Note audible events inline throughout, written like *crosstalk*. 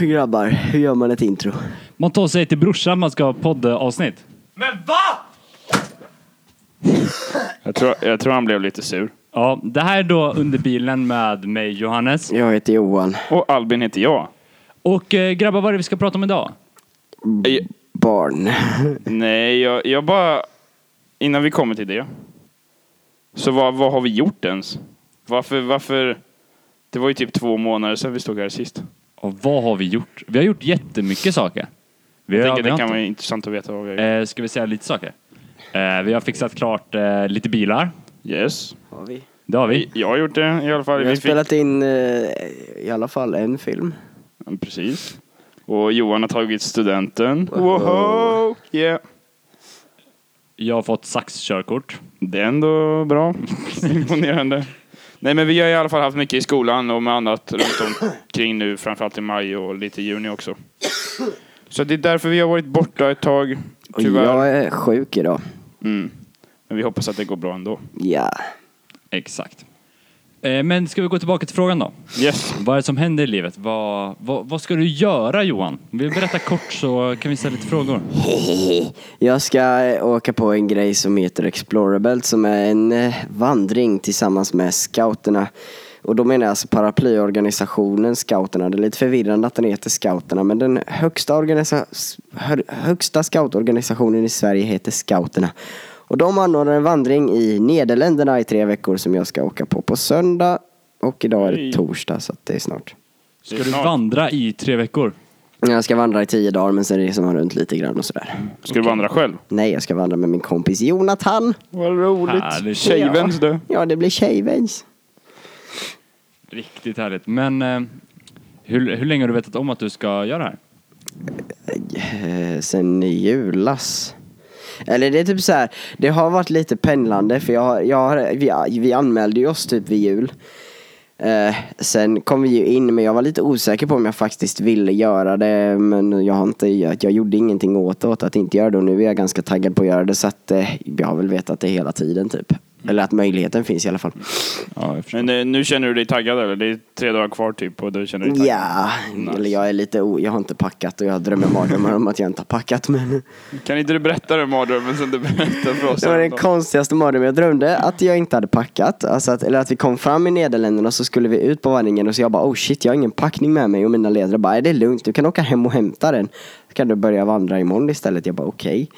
grabbar, hur gör man ett intro? Man tar sig till brorsan man ska ha poddavsnitt. Men va? Jag tror, jag tror han blev lite sur. Ja, det här är då under bilen med mig Johannes. Jag heter Johan. Och Albin heter jag. Och eh, grabbar, vad är det vi ska prata om idag? Jag- Barn. Nej, jag, jag bara... Innan vi kommer till det. Så vad, vad har vi gjort ens? Varför, varför... Det var ju typ två månader sedan vi stod här sist. Och vad har vi gjort? Vi har gjort jättemycket saker. Vi Jag har, tänker vi det har kan inte- vara intressant att veta vad vi har gjort. eh, ska vi säga lite saker? Eh, vi har fixat klart eh, lite bilar. Yes. Har vi? Det har vi. Jag har gjort det i alla fall. Vi har Vi fick, spelat in eh, i alla fall en film. Mm, precis. Och Johan har tagit studenten. Wow! Yeah. Jag har fått saxkörkort. Det är *laughs* ändå bra. Imponerande. Nej men vi har i alla fall haft mycket i skolan och med annat runt omkring nu, framförallt i maj och lite i juni också. Så det är därför vi har varit borta ett tag, Och tyvärr. jag är sjuk idag. Mm. Men vi hoppas att det går bra ändå. Ja. Exakt. Eh, men ska vi gå tillbaka till frågan då? Yes. Vad är det som händer i livet? Vad, vad, vad ska du göra Johan? Vill du berätta kort så kan vi ställa lite frågor. Jag ska eh, åka på en grej som heter Explorer Belt som är en eh, vandring tillsammans med scouterna. Och då menar jag alltså paraplyorganisationen Scouterna. Det är lite förvirrande att den heter Scouterna men den högsta, organisa- s- hö- högsta scoutorganisationen i Sverige heter Scouterna. Och de anordnar en vandring i Nederländerna i tre veckor som jag ska åka på på söndag. Och idag är det Hej. torsdag så att det är snart. Ska Det är du snart. vandra i tre veckor? Jag ska vandra i tio dagar men sen reser man runt lite grann och sådär. Ska du vandra själv? Nej, jag ska vandra med min kompis Jonathan. Vad roligt. Härligt. Tjejväns du. Ja, det blir tjejväns. Riktigt härligt. Men eh, hur, hur länge har du vetat om att du ska göra det här? Eh, Sen i julas. Eller det är typ så här, det har varit lite pendlande för jag, har- jag, har- vi, vi anmälde ju oss typ vid jul. Eh, sen kom vi ju in men jag var lite osäker på om jag faktiskt ville göra det men jag har inte, jag, jag gjorde ingenting åt det, åt att inte göra det och nu är jag ganska taggad på att göra det så att eh, jag har väl vetat det hela tiden typ. Eller att möjligheten finns i alla fall. Ja, jag förstår. Men eh, nu känner du dig taggad eller? Det är tre dagar kvar typ och du känner dig taggad? Ja, eller jag är lite o, jag har inte packat och jag drömmer mardrömmar om att jag inte har packat men Kan inte du berätta den mardrömmen som du berättade för oss? Det var den häromdagen? konstigaste mardrömmen. Jag drömde att jag inte hade packat. Alltså att, eller att vi kom fram i Nederländerna och så skulle vi ut på vandringen och så jag bara oh shit jag har ingen packning med mig och mina ledare bara "Nej, det är lugnt du kan åka hem och hämta den. Så kan du börja vandra imorgon istället. Jag bara okej.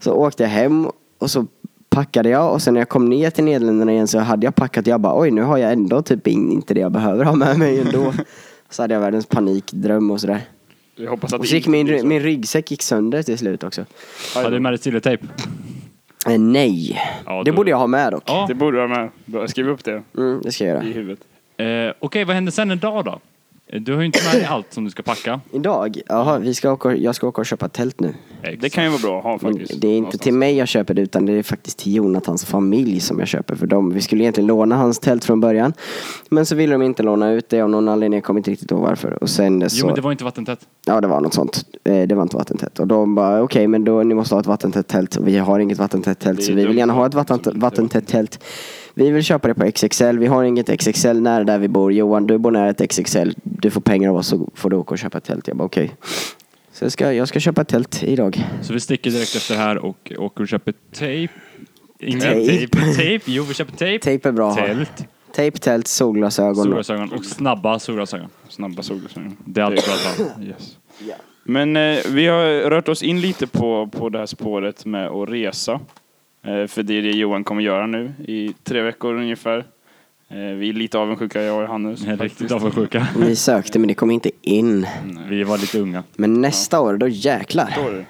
Så åkte jag hem och så packade jag och sen när jag kom ner till Nederländerna igen så hade jag packat jag bara oj nu har jag ändå typ in, inte det jag behöver ha med mig ändå. Så hade jag världens panikdröm och sådär. Jag hoppas att Och det så gick inte min, blir så. min ryggsäck gick sönder till slut också. Har du med dig silvertejp? Eh, nej, Ja, det då- borde jag ha med dock. Ja. Det borde du ha med. Bra, Skriv upp det Mm, det ska jag göra. i huvudet. Eh, Okej, vad händer sen idag då? Eh, Du har ju inte med dig allt som du ska packa. Idag? Jaha, vi ska åka, jag ska åka och köpa tält nu. Det kan ju vara bra att ha Men faktiskt. Mm, det är inte någonstans. till mig jag köper det utan det är faktiskt till Jonathans familj som jag köper för dem. Vi skulle egentligen låna hans tält från början. Men så ville de inte låna ut det av någon anledning. Jag kommer inte riktigt ihåg varför. Och sen så... Jo, men det var inte vattentätt. Ja, det var något sånt. Eh, Det var inte vattentätt. Och de bara, okej, men då ni måste ha ett vattentätt tält. Och vi har inget vattentätt tält, Det är så vi vill dumt gärna ha ett som inte vatten, är vattentätt tält. Vi vill köpa det på XXL. Vi har inget XXL nära där vi bor. Johan, du bor nära ett XXL. Du får pengar av oss så får du åka och köpa ett tält. Jag bara, okej. Så jag ska, jag ska köpa ett tält idag. Så vi sticker direkt efter här och åker och köper tejp. Ingen Tejp. tejp. Tejp. Jo, vi köper tejp. Tejp är bra att ha. Tält. Tejp, tält, solglasögon. och- Solglasögon och snabba solglasögon. Snabba solglasögon. Det är alltid bra att ha. Yes. Ja. Men eh, vi har rört oss in lite på, på det här spåret med att resa. Eh, för det är det Johan kommer göra nu i tre veckor ungefär. Eh, vi är lite avundsjuka jag och Johannes. Jag är Riktigt faktiskt. avundsjuka. Vi sökte men det kom inte in. Vi var lite unga. Men nästa år, då jäklar. Förstår du?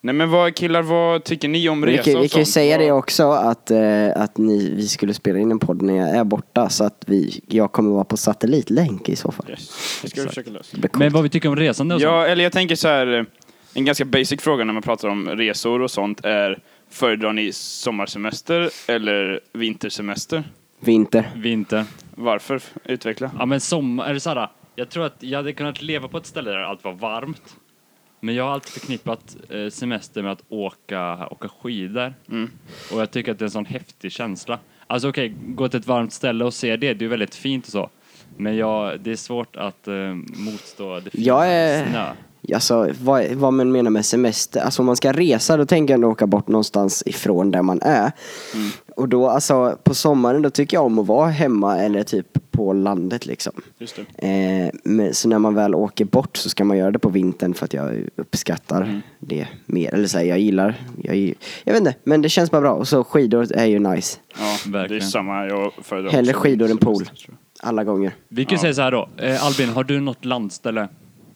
Nej men vad killar, vad tycker ni om Men Vi resa kan, och vi kan ju sånt? säga Vad- det också att, eh, att ni, vi skulle spela in en podd när jag är borta så att vi, jag kommer vara på satellitlänk i så fall. Yes. Det ska vi försöka lösa. Det blir coolt. Men vad vi tycker om resande och sånt. Ja, eller jag tänker så här. eh, En ganska basic fråga när man pratar om resor och sånt är Föredrar ni sommarsemester eller vintersemester? Vinter. Vinter. Varför? Utveckla. Ja men som, är det så här, jag tror att jag hade kunnat leva på ett ställe där allt var varmt. Men jag har alltid förknippat eh, semester med att åka, åka skidor. Mm. Och jag tycker att det är en sån häftig känsla. Alltså okej, gå till ett varmt ställe och se det, det är ju väldigt fint och så. Men jag, det är svårt att eh, motstå det fina Jag är- snö. Alltså vad, vad man menar med semester, alltså om man ska resa då tänker jag ändå åka bort någonstans ifrån där man är. Och då alltså på sommaren då tycker jag om att vara hemma eller typ på landet liksom. Just det. Eh, men, så när man väl åker bort så ska man göra det på vintern för att jag uppskattar Mm. det mer. Eller så här, jag gillar, jag, gi- jag vet inte, men det känns bara bra. Och så skidor är ju nice. Ja, det är Verkligen. samma. Jag föredrar Hellre också skidor än pool. semester, tror jag. Alla gånger. Vi kan ju Ja. säga så här då. Eh, Albin, har du något landställe?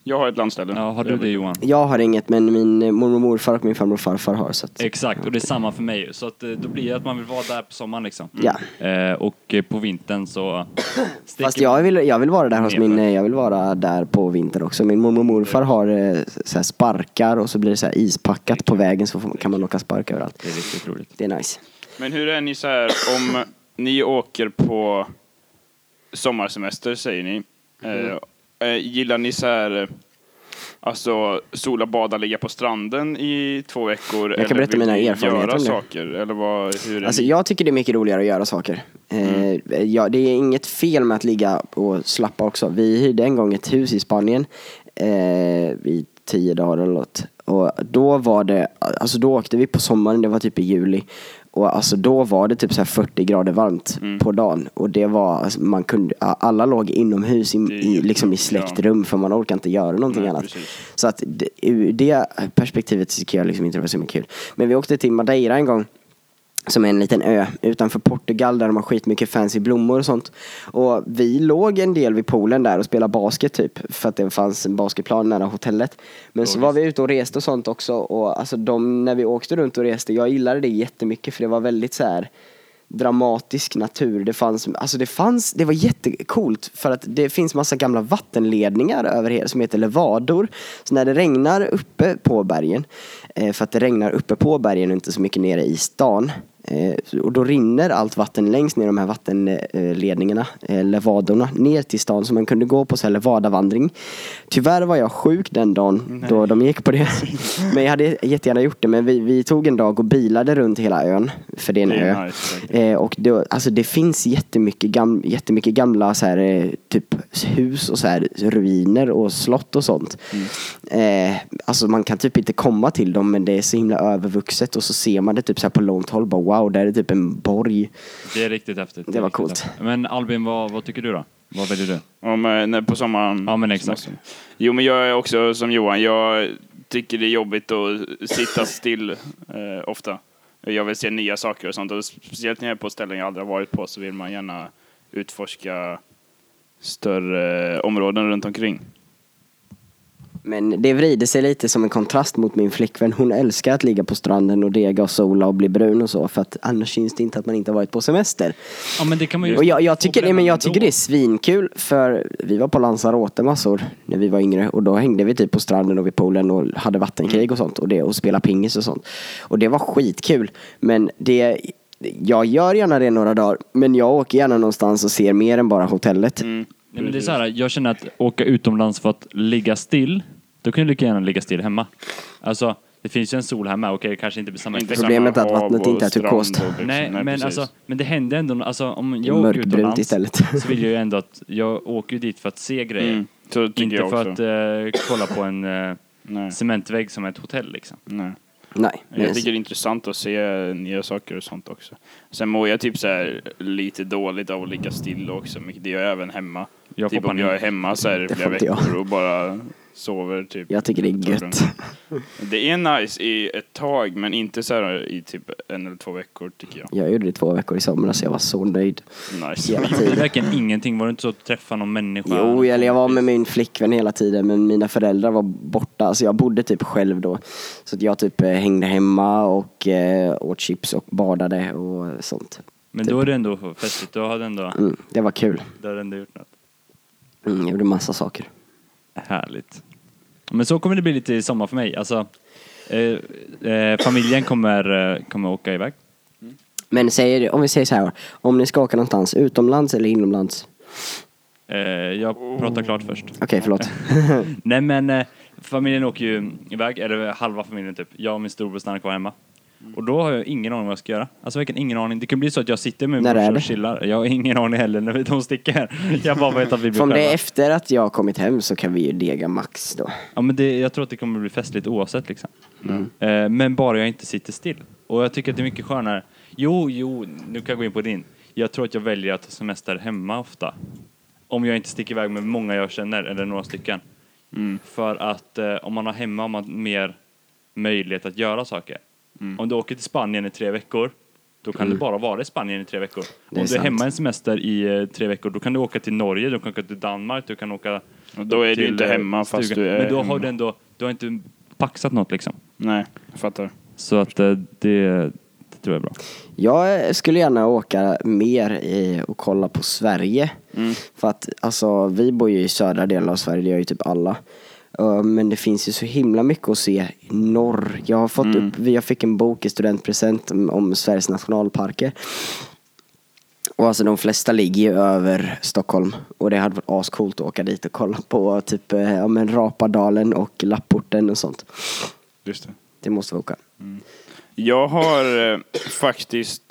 Jag har ett landställe. Ja, har du det Johan? Jag har inget men min eh, mormor och morfar och min farmor och farfar har så att, Exakt, och det är samma för mig ju. Så att, eh, då blir det att man vill vara där på sommaren liksom. ja. Eh, och eh, på *coughs* vintern så... sticker Fast jag vill, jag vill vara där hos Nerför. min, eh, jag vill vara där på vintern också. Min mormor och morfar har eh, så här sparkar och så blir det så här ispackat på vägen så får man, kan man åka spark överallt. Det är riktigt roligt. Det är nice. Men hur är ni så här om ni åker på sommarsemester säger ni. Mm. Eh, Eh, gillar ni så här eh, alltså sola, bada, ligga på stranden i två veckor? kan eller berätta vill mina ni erfarenheter Göra om det. saker? Eller vad, hur är Alltså ni? jag tycker det är mycket roligare att göra saker. Eh, ja, det är inget fel med att ligga och slappa också. Vi hyrde en gång ett hus i Spanien eh, i tio dagar eller något. Och då var det, alltså då åkte vi på sommaren, det var typ i juli. Och alltså då var det typ så här 40 grader varmt på dagen. Och det var, alltså man kunde, alla låg inomhus i, är i, liksom i jättebra. släktrum för man orkar inte göra någonting Nej, annat. precis. Så att det- ur det perspektivet så tycker jag liksom inte det var så mycket kul. Men vi åkte till Madeira en gång. Som är en liten ö utanför Portugal där de har skitmycket fancy blommor och sånt. Och vi låg en del vid poolen där och spelade basket typ. För att det fanns en basketplan nära hotellet. Men så var vi ute och reste och sånt också. Och alltså de, när vi åkte runt och reste, jag gillade det jättemycket för det var väldigt så här dramatisk natur. Det fanns, alltså det fanns, det var jättecoolt för att det finns massa gamla vattenledningar över hela som heter levador. Så när det regnar uppe på bergen, eh, för att det regnar uppe på bergen och inte så mycket nere i stan, eh, och då rinner allt vatten längst ner i de här vattenledningarna, eh, levadorna, ner till stan så man kunde gå på så här levadavandring. Tyvärr var jag sjuk den dagen då de gick på det. Men jag hade jättegärna gjort det, men vi, vi tog en dag och bilade runt hela ön, för det är en Det är ö. nice, Eh, verkligen. och det, alltså det finns jättemycket, gam, jättemycket gamla så här, eh, typ hus och så här, ruiner och slott och sånt. Eh, alltså man kan typ inte komma till dem men det är så himla övervuxet och så ser man det typ så här på långt håll. Bara, wow, där är typ en borg. Det är riktigt häftigt. Det är var riktigt coolt. häftigt. Men Albin, vad, vad tycker du då? Vad väljer du? Om, eh, när, på sommaren? Ja, men exakt. Jo, men jag är också som Johan. Jag tycker det är jobbigt att sitta still eh, ofta. Jag vill se nya saker och sånt. Och speciellt när jag är på ställen jag aldrig har varit på så vill man gärna utforska större eh, områden runt omkring. Men det vrider sig lite som en kontrast mot min flickvän. Hon älskar att ligga på stranden och dega och sola och bli brun och så för att annars syns det inte att man inte har varit på semester. Ja, men det kan man ju... Och jag, jag, tycker, Och nej, men jag bränna tycker det är svinkul för vi var på Lanzarote massor när vi var yngre och då hängde vi typ på stranden och vid poolen och hade vattenkrig Mm. och sånt och, det, och spelade pingis och sånt. Och det var skitkul men det jag gör gärna det några dagar men jag åker gärna någonstans och ser mer än bara hotellet. Mm. Nej, men det är så här, jag känner att åka utomlands för att ligga still, då kan du lika gärna ligga still hemma. Alltså, det finns ju en sol här med, okej, det kanske inte blir samma Inte effekt. samma Problemet är att hav vattnet och inte är strand turkost. och liksom. Nej, men, precis. alltså, men det hände ändå, no- alltså, om jag åker Mörkbrunt utomlands istället. *laughs* så vill jag ju ändå att, jag åker ju dit för att se grejer. Mm, så tycker inte jag för också. att eh, kolla på en eh, *clears throat* Nej. cementvägg som ett hotell liksom. Nej. Nej. Jag tycker det är intressant att se nya saker och sånt också. Sen mår jag typ så här lite dåligt av att ligga still också. men Det gör jag även hemma. Jag får typ om panik. jag är hemma så här Det flera får inte jag. veckor och bara sover typ. jag tycker det är gött. Det är nice i ett tag men inte så här i typ en eller två veckor tycker jag. Jag gjorde det i två veckor i somras jag var så nöjd. Nice. Hela Det är *laughs* tiden. verkligen ingenting, var det inte så att träffa någon människa? Jo, eller jag var med min flickvän hela tiden men mina föräldrar var borta. Alltså jag bodde typ själv då. Så att jag typ eh, hängde hemma och eh, åt chips och badade och sånt. Men då är det ändå festligt, då har du ändå, Mm, det var kul. då har du ändå gjort något. Mm, jag gjorde massa saker. Härligt. Men så kommer det bli lite i sommar för mig. Alltså, eh, eh, familjen kommer, eh, kommer åka iväg. Men säger, om vi säger så här, om ni ska åka någonstans, utomlands eller inomlands? Eh, jag pratar klart först. Okej, *laughs* förlåt. Nej men eh, familjen åker ju iväg, eller halva familjen typ. Jag och min storbror stannar kvar hemma. Mm. Och då har jag ingen aning vad jag ska göra. Alltså verkligen ingen aning. Det kan bli så att jag sitter med När min är brorsa det? och chillar. Jag har ingen aning heller när vi- de sticker. *laughs* Jag bara vet att vi blir För om det själva. är efter att jag har kommit hem så kan vi ju dega max då. Ja, men det, jag tror att det kommer bli festligt oavsett liksom. Mm. Eh, men bara jag inte sitter still. Och jag tycker att det är mycket skönare. Jo, jo, nu kan jag gå in på din. Jag tror att jag väljer att ha semester hemma ofta. Om jag inte sticker iväg med många jag känner, eller några stycken. Mm. För att eh, om man har hemma har man mer möjlighet att göra saker. Mm. Om du åker till Spanien i tre veckor, då kan du bara vara i Spanien i tre veckor. Det är om du är sant. hemma en semester i eh, tre veckor, då kan du åka till Norge, du kan åka till Danmark, du kan åka Och då är du till, inte eh, hemma fast stugan. du är Men då hemma. har du ändå, du har inte paxat något liksom. Nej, jag fattar. Så att eh, det, det tror jag är bra. Jag skulle gärna åka mer i och kolla på Sverige. För att alltså, vi bor ju i södra delen av Sverige, det gör ju typ alla. Eh, Men det finns ju så himla mycket att se i norr. Jag, har fått upp, jag fick en bok i studentpresent om, om Sveriges nationalparker. Och alltså de flesta ligger ju över Stockholm och det hade varit ascoolt att åka dit och kolla på typ eh, ja, men Rapadalen och Lapporten och sånt. Just det. Det måste vi åka. Jag har eh, faktiskt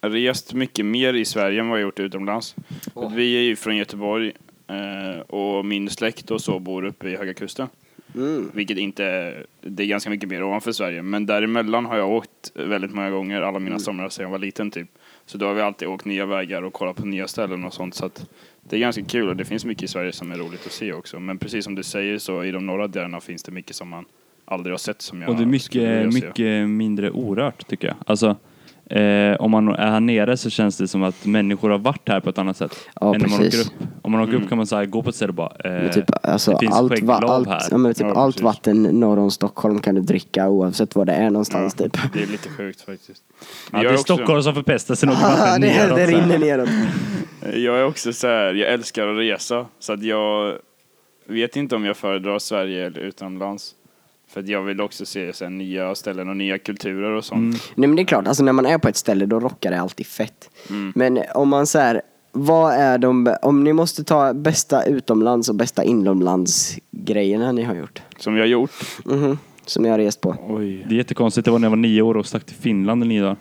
rest mycket mer i Sverige än vad jag gjort utomlands. Åh. Vi är ju från Göteborg eh, och min släkt och så bor uppe i Höga Kusten. Mm. Vilket inte är, det är ganska mycket mer ovanför Sverige. Men däremellan har jag åkt väldigt många gånger alla Mm. mina somrar sedan jag var liten typ. Så då har vi alltid åkt nya vägar och kollat på nya ställen och sånt. Så att det är ganska kul och det finns mycket i Sverige som är roligt att se också. Men precis som du säger så i de norra delarna finns det mycket som man aldrig har sett som jag Och det är skulle vilja mycket, se. mycket mindre orört tycker jag. Alltså, eh, om man är här nere så känns det som att människor har varit här på ett annat sätt. Ja, än när man åker precis. upp. Om man åker Mm. upp kan man så här, gå på ett ställe och bara, eh, Men typ, alltså, det finns allt, va, skägglöv allt, här. ja, men typ Ja, allt precis. vatten norr om Stockholm kan du dricka oavsett var det är någonstans typ. *laughs* Det är lite sjukt faktiskt. ja, jag, det är är också, Stockholm som förpestar sig något *laughs* Ah, vatten det, neråt. det så här. rinner neråt. jag är också så här, jag älskar att resa så att jag vet inte om jag föredrar Sverige eller utomlands. För att jag vill också se så här, nya ställen och nya kulturer och sånt. Nej men det är klart, alltså när man är på ett ställe då rockar det alltid fett. Mm. Men om man så här, vad är de, om ni måste ta bästa utomlands och bästa inomlandsgrejerna ni har gjort? Som jag gjort. Mhm, som ni har rest på. Oj. Det är jättekonstigt, det var när jag var nio år och stack till Finland i nio dagar.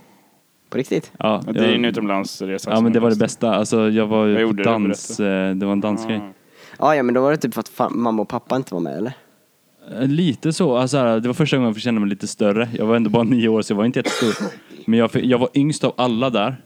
På riktigt? Ja, Det är jag- en utomlandsresa. Ja som men det jag var det reste. bästa. Alltså jag var Vad ju på gjorde du? dans, eh, det var en dansgrej. Ja ja men då var det typ för att fa- mamma och pappa inte var med eller? Eh, Lite så, alltså, här, det var första gången jag fick känna mig lite större. Jag var ändå bara *laughs* nio år så jag var inte jättestor. Men jag, fick, jag var yngst av alla där.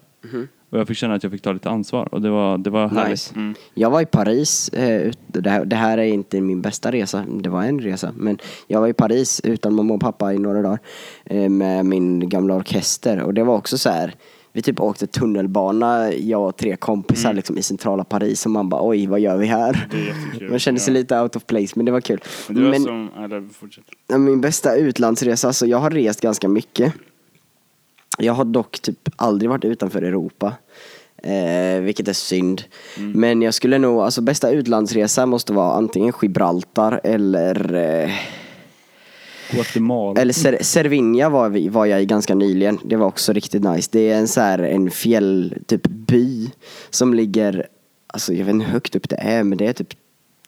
Och jag fick känna att jag fick ta lite ansvar och det var, det var härligt. Mhm. Nice. Mm. Jag var i Paris, eh, ut- det, här, det här är inte min bästa resa, det var en resa, men jag var i Paris utan mamma och pappa i några dagar eh, med min gamla orkester och det var också så här. Vi typ åkte tunnelbana, jag och tre kompisar liksom, i centrala Paris och man bara oj vad gör vi här? Mm. Det är *laughs* jättekul, Man kände sig ja. lite out of place men det var kul. Men det var Men- som, eller fortsätt. Ja, Min bästa utlandsresa, alltså jag har rest ganska mycket. Jag har dock typ aldrig varit utanför Europa. Eh, vilket är synd. Mm. Men jag skulle nog, alltså bästa utlandsresa måste vara antingen Gibraltar eller eh, Guatemala. eller Cer- Cervinia var, vi, var jag i ganska nyligen. Det var också riktigt nice. Det är en så här en fjäll, typ by som ligger, alltså jag vet inte hur högt upp det är men det är typ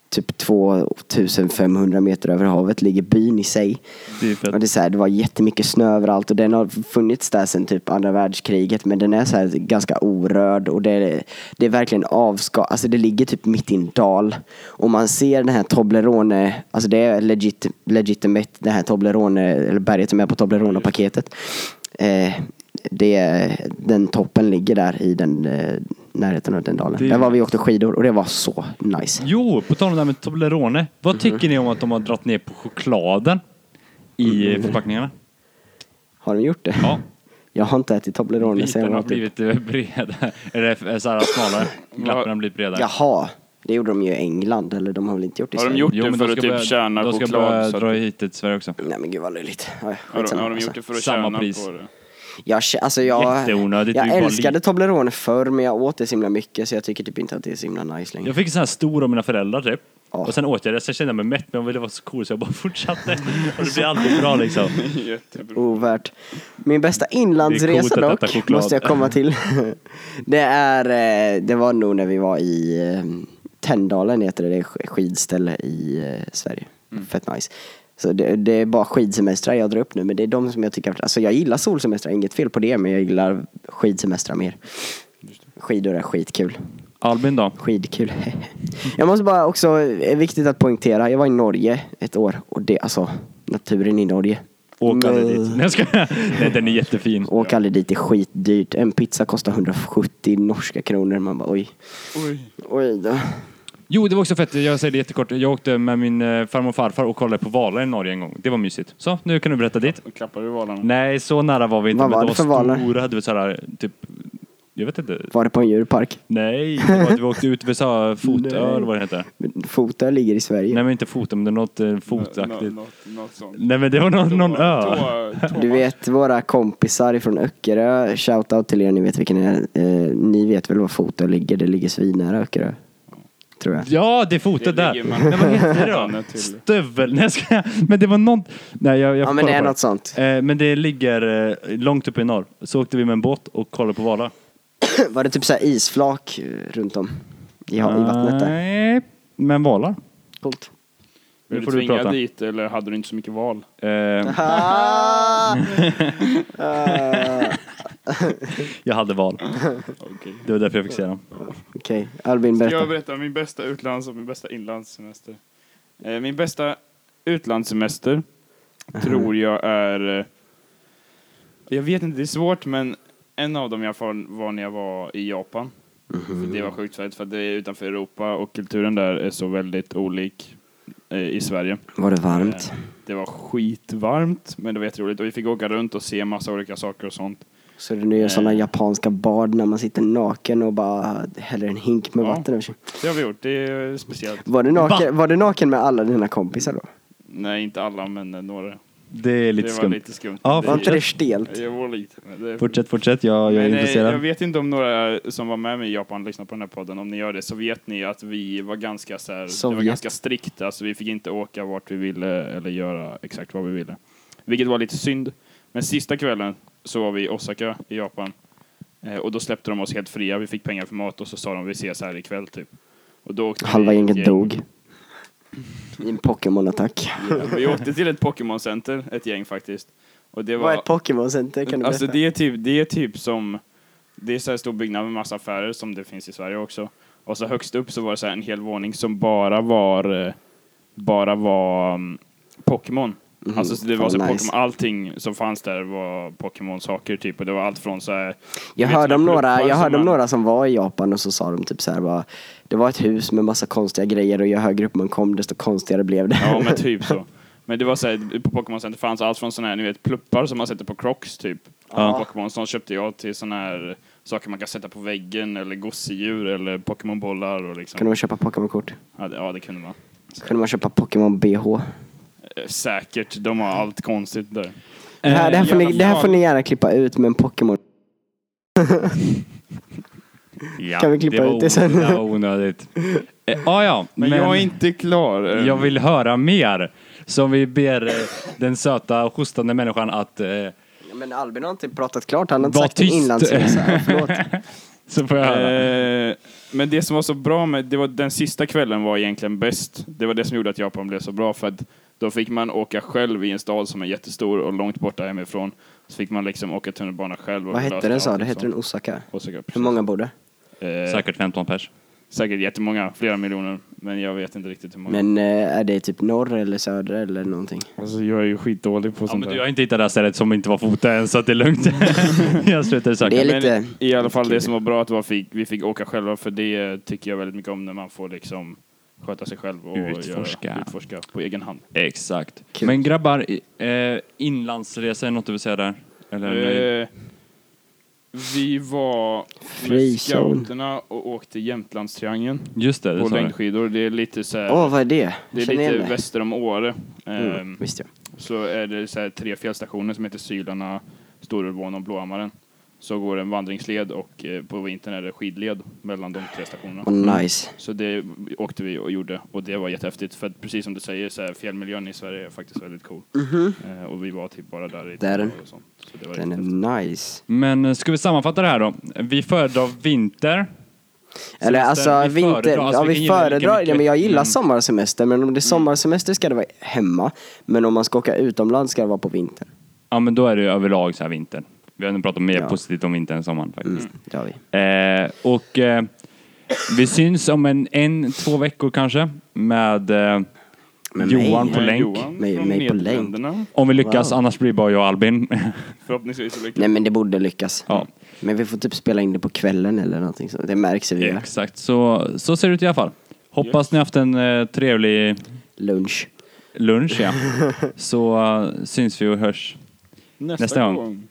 typ 2500 meter över havet ligger byn i sig. Det är fett. Och det, är så här, det var jättemycket snö överallt och den har funnits där sedan typ andra världskriget men den är så här ganska orörd och det är, det är verkligen avska... Alltså det ligger typ mitt i en dal och man ser den här Toblerone, alltså det är legit, legitimate, det här Toblerone, eller berget som är på Toblerone-paketet. Eh, det, är- den toppen ligger där i den eh, närheten av den dalen. Det är- Där var vi och åkte skidor och det var så nice. Jo, på tal om det här med Toblerone. Mhm. Vad tycker ni om att de har dragit ner på chokladen i Mm. förpackningarna? Har de gjort det? Ja, Jag har inte ätit Toblerone sen jag bitarna var har typ- blivit eh, bredare. *laughs* Eller eh, så här smalare. Lapparna blir bredare. Jaha, det gjorde de ju i England, eller de har väl inte gjort det i Har de Sverige? gjort Jo, det men de för ska att typ börja- tjäna de ska choklad? börja så att- dra hit det till Sverige också. Nej men gud vad löjligt. Ja, Har de, skitsamma, har de alltså. gjort det för att Samma tjäna pris. *laughs* på det? *laughs* Jag, kä- alltså jag, Jätteonödigt, det jag är ju bara älskade lite. Toblerone förr men jag åt det så himla mycket så jag tycker typ inte att det är så himla nice längre. Jag fick en sån här stor av mina föräldrar typ. Ja. Och sen åt jag det, sen kände jag mig mätt men jag ville vara så cool så jag bara fortsatte. *laughs* Och det blir aldrig bra liksom. Jättebra. Ovärt. Min bästa Det är coolt inlandsresa att äta dock, choklad. måste jag komma *laughs* till. det är, eh, det var nog när vi var i Mm. eh, Tänndalen heter det, det är sk- skidställe i eh, Sverige. Fett nice. Så det, det är bara skidsemestrar jag drar upp nu, men det är de som jag tycker, alltså jag gillar solsemestrar, inget fel på det, men jag gillar skidsemestrar mer. Skidor är skitkul. Albin då? Skidkul. *laughs* Jag måste bara också, är viktigt att poängtera, jag var i Norge ett år och det, alltså naturen i Norge. Åk aldrig Nej. dit. Nej, jag skojar. Nej, den är jättefin. Åk aldrig dit, det är skitdyrt. En pizza kostar 170 norska kronor. Man bara oj. Oj då. Jo, det var också fett. Jag säger det jättekort. Jag åkte med min eh, farmor och farfar och kollade på valar i Norge en gång. Det var mysigt. Så, nu kan du berätta ditt. Då klappar du valarna. Nej, så nära var vi inte. Vad var men det för var valar? stora. Du vet såhär, typ... Jag vet inte. Var det på en djurpark? Nej, det var, vi åkte ut vid såhär Fotö eller vad det heter. Fotö ligger i Sverige. Nej men inte Fotö, men det är något eh, Nå- fotaktigt. något- Något sånt. Nej men det var någon, någon ö. *laughs* Tå- tå- Du vet våra kompisar ifrån Öckerö, shoutout till er, ni vet vilken är. Eh, ni vet väl var Fotö ligger? Det ligger svinnära Öckerö. Tror jag. Ja, det är Fotö Det där. ligger man- Nej, vad heter det Anna då? till- Stövel? Nej, jag skojar. Men det var någon... Nej, jag, jag Ja men det kollar är på något sånt. *clears throat* Eh, Men det ligger eh, långt uppe i norr. Så åkte vi med en båt och kollade på valar. Var det typ såhär isflak eh, runt om? I, ha- i vattnet där. Nej, men valar. Coolt. Blev Nu du får du prata. tvingad dit eller hade du inte så mycket val? *laughs* Eh, *laughs* Ah! Ah, jag hade val. Okej. Det var därför jag fick se dem. Okej, Albin Ska jag berätta. berätta om min bästa utlands och min bästa inlandssemester? Eh, min bästa utlandssemester tror jag är... Eh, jag vet inte, det är svårt men en av dem jag fall var när jag var i Japan. Mhm. För det var sjukt fett för det är utanför Europa och kulturen där är så väldigt olik eh, i Sverige. Eh, Var det varmt? Det var skitvarmt men det var jätteroligt och vi fick åka runt och se massa olika saker och sånt. Så du nu gör sådana japanska bad när man sitter naken och bara häller en hink med Ja. vatten över sig. Det har vi gjort, det är speciellt. Var du, naken, var du naken med alla dina kompisar då? Nej, inte alla men eh, några. Det är lite det var skumt. lite skumt. Ja, Var inte det fortsätt. stelt? Jag var lite. men det- Fortsätt, fortsätt. Jag, jag är Men, eh, intresserad. jag vet inte om några som var med mig i Japan lyssnar på den här podden. Om ni gör det så vet ni att vi var ganska så här, det var Sovjet. ganska strikt. Alltså vi fick inte åka vart vi ville eller göra exakt vad vi ville. Vilket var lite synd. Men sista kvällen så var vi i Osaka i Japan. Eh, och då släppte de oss helt fria. Vi fick pengar för mat och så sa de vi ses här ikväll typ. Och då åkte Halva vi- gänget dog. I en Pokémon-attack. Ja, vi åkte till ett Pokémon-center, ett gäng faktiskt. Och det var... Vad är ett Pokémon-center? Kan du Alltså berätta? det är typ, det är typ som, det är så här stor byggnad med massa affärer som det finns i Sverige också. Och så högst upp så var det så här en hel våning som bara var, eh, bara var mm, Pokémon. Mhm, Alltså så det var fan så här nice. Pokémon, allting som fanns där var Pokémon-saker typ. Och det var allt från så här, Jag vet, typ hörde om pluppar några, jag som hörde om man- några som var i Japan och så sa de typ så här bara Det var ett hus med massa konstiga grejer och ju högre upp man kom desto konstigare blev det. Ja, men typ så. Men det var så här, på Pokémon Center fanns allt från såna här, ni vet, pluppar som man sätter på Crocs typ. Ja. Pokémon, sånt köpte jag till såna här saker man kan sätta på väggen eller gosedjur eller Pokémon-bollar och *laughs* liksom. Kunde man köpa Pokémon-kort? Ja, det, ja, det kunde man. Kunde man köpa Pokémon-bh? Eh, Säkert, de har allt konstigt där. Det Eh, här, det, här får ni, jävla det här fan. får ni gärna klippa ut med en Pokémon. Ja, kan vi klippa var ut det sen? o- Det var onödigt. Eh, ah, ja, Men, jag är inte klar. Eh, jag vill höra mer. Så vi ber eh, den söta och hostande människan att... Eh, Ja, Men Albin har inte pratat klart, han har inte Var sagt en tyst. *laughs* inlandsresa. Ja, Förlåt. så får jag höra. Eh, men det som var så bra med, det var den sista kvällen var egentligen bäst. Det var det som gjorde att Japan blev så bra för att då fick man åka själv i en stad som är jättestor och långt borta hemifrån. Så fick man liksom åka tunnelbana själv. och Vad hette lösa den sa allt du? Hette liksom. den Osaka? Och så- Hur många bor det? Eh, säkert. Säkert 15 pers. jättemånga, flera miljoner. Men jag vet inte riktigt hur många. Men eh, är det typ norr eller söder eller någonting? alltså, jag är ju skitdålig på Ja, men du har inte hittat det här stället som inte var fotö än, så att det är *laughs* lugnt. jag slutar söka. Det är Men lite- I alla fall det som var bra att vi fick, vi fick åka själva för det tycker jag väldigt mycket om när man får liksom sköta sig själv och Utforska. Göra, utforska på egen hand. Exakt. Kul. Men grabbar, i- eh, inlandsresa är något du vill säga där? Eller, Eh, vi var med Frizon. scouterna och åkte Jämtlandstriangeln just det, det på sa du. längdskidor. Det är lite så här, Eh, Åh, vad är det? det är Känner igen lite det. väster om Åre. Ehm, Mm, visst ja. så är det så här tre fjällstationer som heter Sylarna, Storulvån och Blåhammaren. Så går en vandringsled och eh, på vintern är det skidled mellan de tre stationerna. Vad nice. Så det åkte vi och gjorde och det var jättehäftigt för att precis som du säger så här, fjällmiljön i Sverige är faktiskt väldigt cool. Eh, och vi var typ bara där i Det är två den. dagar och sånt. Så det var Mhm. Den jättehäftigt. är nice. Men eh, ska vi sammanfatta det här då? Vi föredrar vinter Eller alltså, Semestern, vi vi inte, föredrar, alltså, ja, vi vi gillar lika föredrar det, mycket, Mm. men jag gillar men- sommarsemester. Men om det är sommarsemester ska det vara hemma. Men om man ska åka utomlands ska det vara på vintern. Ja, men då är det ju överlag så här vintern. Vi har nu pratat mer Ja. Mm. positivt om vintern än sommaren faktiskt. Det har vi. Eh, och eh, vi syns om en, en, två veckor kanske med, eh, Med mig. eh, Johan på Med länk. Johan Med- från med på länk. Nederländerna. Om vi lyckas, Wow. annars blir det bara jag och Albin. Förhoppningsvis så lyckas Nej men det borde lyckas. Ja. Men vi får typ spela in det på kvällen eller någonting så. Det märks hur vi gör. Exakt, så, så ser det ut i alla fall. Hoppas ni haft en eh, trevlig Lunch. lunch, ja. så eh, syns vi och hörs. nästa, Nästa gång. gång.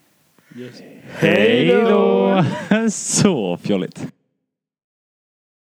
Hej då! *laughs* så fjolligt.